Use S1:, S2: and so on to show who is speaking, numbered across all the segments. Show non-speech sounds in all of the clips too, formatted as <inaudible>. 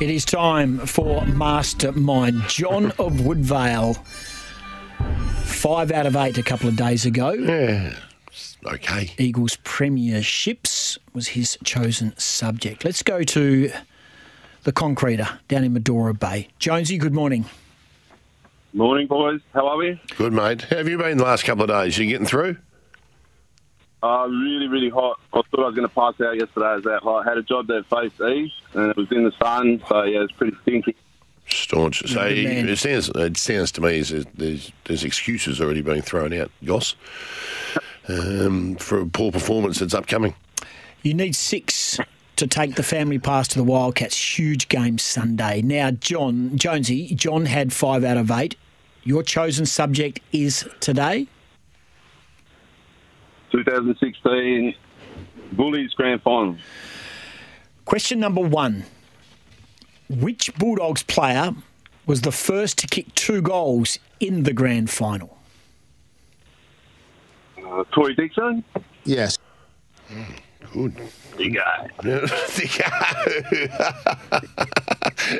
S1: It is time for Mastermind. John of Woodvale, five out of eight a couple of days ago.
S2: Yeah. Okay.
S1: Eagles Premierships was his chosen subject. Let's go to the concreter down in Medora Bay. Jonesy, good morning.
S3: Morning, boys. How are we?
S2: Good, mate. How have you been the last couple of days? You getting through?
S3: Uh, really, really hot. I thought I was going to pass out yesterday. It was that hot. I had a job that faced east, and it was in the sun, so yeah, it's pretty stinky.
S2: Staunch. So
S1: Good
S2: you-
S1: man.
S2: it sounds it sounds to me as if there's there's excuses already being thrown out, Goss, um, for a poor performance that's upcoming.
S1: You need six to take the family pass to the Wildcats. Huge game Sunday. Now, John Jonesy, John had five out of eight. Your chosen subject is today.
S3: 2016 Bullies Grand Final.
S1: Question number one Which Bulldogs player was the first to kick two goals in the grand final?
S3: Uh, Tory Dixon.
S4: Yes.
S2: Good. <laughs>
S3: Big guy.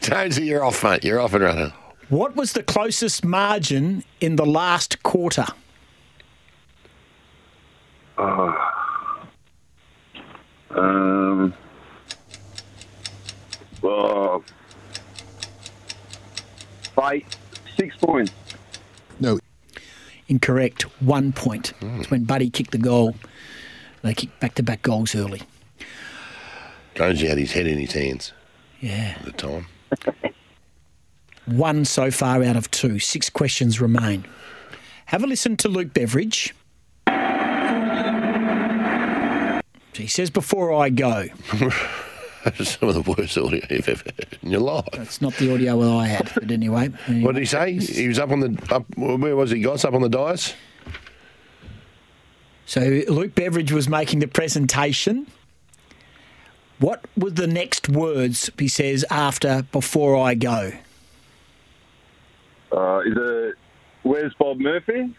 S2: Jonesy, you're off, mate. You're off and running.
S1: What was the closest margin in the last quarter?
S3: Um. Well, fight six points.
S4: No.
S1: Incorrect. One point. It's when Buddy kicked the goal. They kicked back to back goals early.
S2: Jonesy had his head in his hands
S1: Yeah.
S2: at the time. <laughs>
S1: One so far out of two. Six questions remain. Have a listen to Luke Beveridge. He says, Before I go.
S2: Some of the worst audio you've ever heard in your life.
S1: It's not the audio that I had, but anyway.
S2: What did he say? He was up on the up. Where was he? Goss up on the dais.
S1: So Luke Beveridge was making the presentation. What were the next words he says after before I go?
S3: Uh, is it? Where's Bob Murphy?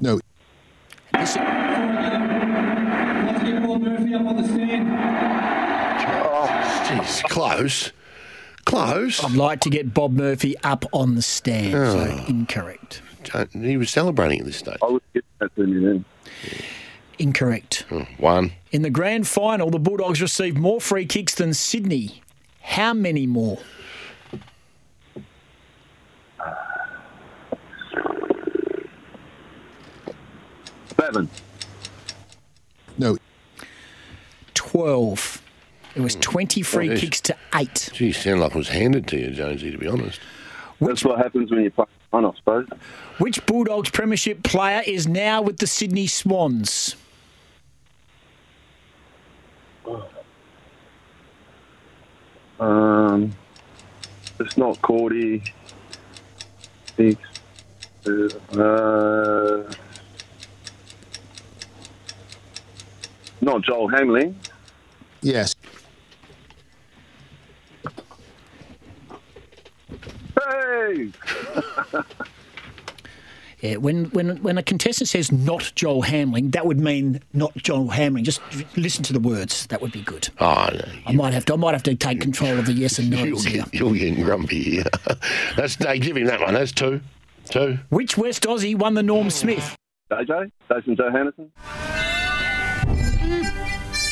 S4: No.
S1: This-
S5: Let's get Bob Murphy up on the stand.
S2: Jeez, close, close.
S1: I'd like to get Bob Murphy up on the stand.
S2: Ah.
S1: So incorrect.
S2: Don't- He was celebrating at this stage.
S3: I would get that to me then.
S1: Incorrect.
S2: One.
S1: In the grand final, the Bulldogs received more free kicks than Sydney. How many more?
S3: Seven.
S4: No.
S1: 12. It was 20 free
S2: Hmm. Jeez.
S1: kicks to 8.
S2: Gee, sound like it was handed to you, Jonesy, to be honest.
S3: That's what happens when you play one, I suppose.
S1: Which Bulldogs Premiership player is now with the Sydney Swans?
S3: Um, it's not Cordy. It's, uh, not Joel Hamley.
S4: Yes.
S3: Hey!
S1: Yeah, when, when, when a contestant says not Joel Hamling, that would mean not Joel Hamling. Just listen to the words. That would be good.
S2: Oh,
S1: I
S2: no.
S1: might have to. I might have to take control of the yes and
S2: <laughs> You're
S1: no's here.
S2: <laughs> getting, you're getting grumpy here. That's, no, give him that one. That's two. Two.
S1: Which West Aussie won the Norm Smith?
S3: JJ, Jason Johannesson.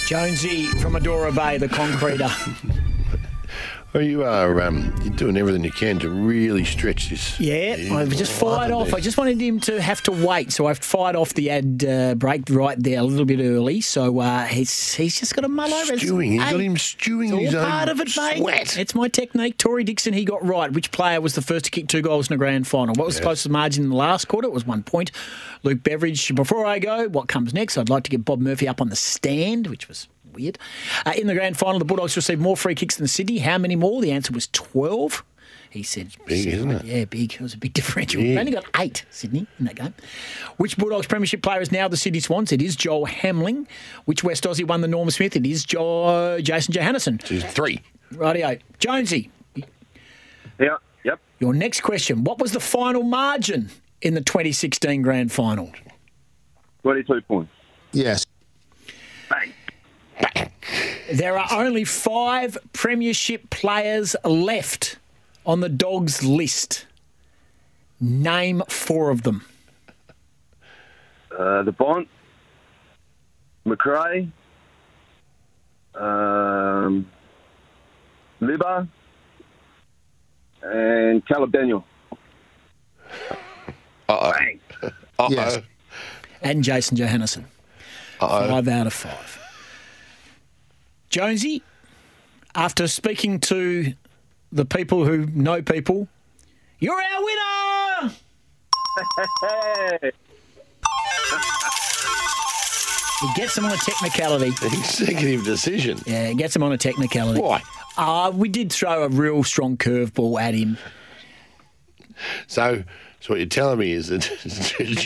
S1: Jonesy from Adora Bay, the concreter.
S2: Well, you are um, you're doing everything you can to really stretch
S1: <laughs>
S2: this.
S1: Yeah, I
S2: You're
S1: just fired
S2: loving
S1: off.
S2: this.
S1: I just wanted him to have to wait, so I fired off the ad uh, break right there a little bit early. So uh, he's he's just got a mull over. It's-
S2: Stewing. He's got
S1: hey,
S2: him stewing
S1: It's
S2: in
S1: all
S2: his own
S1: part of it, mate.
S2: sweat.
S1: It's my technique. Tory Dixon, he got right. Which player was the first to kick two goals in a grand final? What was the closest margin in the last quarter? It was one point. Luke Beveridge, before I go, what comes next? I'd like to get Bob Murphy up on the stand, which was weird. Uh, in the grand final, the Bulldogs received more free kicks than Sydney. How many more? The answer was 12. He said,
S2: Big, isn't it?
S1: Yeah, big. It was a big differential. They only got eight, Sydney, in that game. Which Bulldogs Premiership player is now the Sydney Swans? It is Joel Hamling. Which West Aussie won the Norm Smith? It is jo- Jason Johannesson.
S2: It's three. <laughs>
S1: Rightio. Jonesy,
S3: Yeah, yep.
S1: your next question. What was the final margin in the 2016 grand final?
S3: 22 points.
S4: yes,
S3: Bang.
S1: There are only five Premiership players left on the Dogs list. Name four of them.
S3: Uh, the Bont, McRae, um, Libba, and Caleb Daniel.
S2: Uh-oh.
S3: Bang.
S2: Uh-oh.
S4: Yes.
S1: And Jason Johannesson.
S2: Uh-oh.
S1: Five out of five. Jonesy, after speaking to the people who know people, you're our winner!
S3: Hey,
S1: He gets them on a technicality.
S2: Executive decision.
S1: Yeah, he gets them on a technicality.
S2: Why?
S1: Uh, we did throw a real strong curveball at him.
S2: So, so what you're telling me is that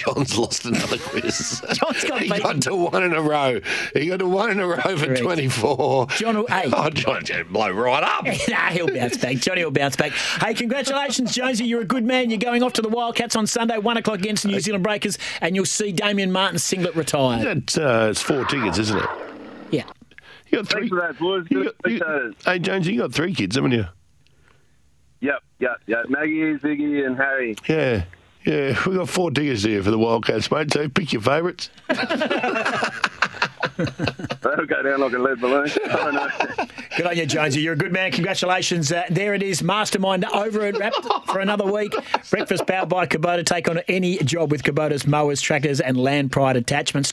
S2: <laughs> John's lost another quiz.
S1: John's got
S2: he
S1: beaten.
S2: got to one in a row. He got to one in a row for
S1: Correct.
S2: 24.
S1: John will- hey.
S2: Oh, John, just blow right
S1: <laughs>
S2: up.
S1: nah, he'll bounce back. Johnny will bounce back. Hey, congratulations, Jonesy. You're a good man. You're going off to the Wildcats on Sunday, 1 o'clock against the New Zealand Breakers, and you'll see Damien Martin's singlet retired.
S2: That, uh, it's four tickets, isn't it?
S1: Yeah.
S2: You got three.
S3: Thanks for that, boys.
S2: you
S3: Good
S2: got- you-
S3: appreciate it.
S2: hey, Jones, you got three kids, haven't you?
S3: Yep, yep, yep. Maggie, Ziggy, and Harry.
S2: Yeah. Yeah, we got four tickets here for the Wildcats, mate. So pick your favourites.
S3: That'll go down like a lead balloon. I don't know.
S1: Good on you, Jonesy. You're a good man. Congratulations. Uh, there it is. Mastermind over and wrapped for another week. Breakfast powered by Kubota. Take on any job with Kubota's mowers, tractors, and land pride attachments.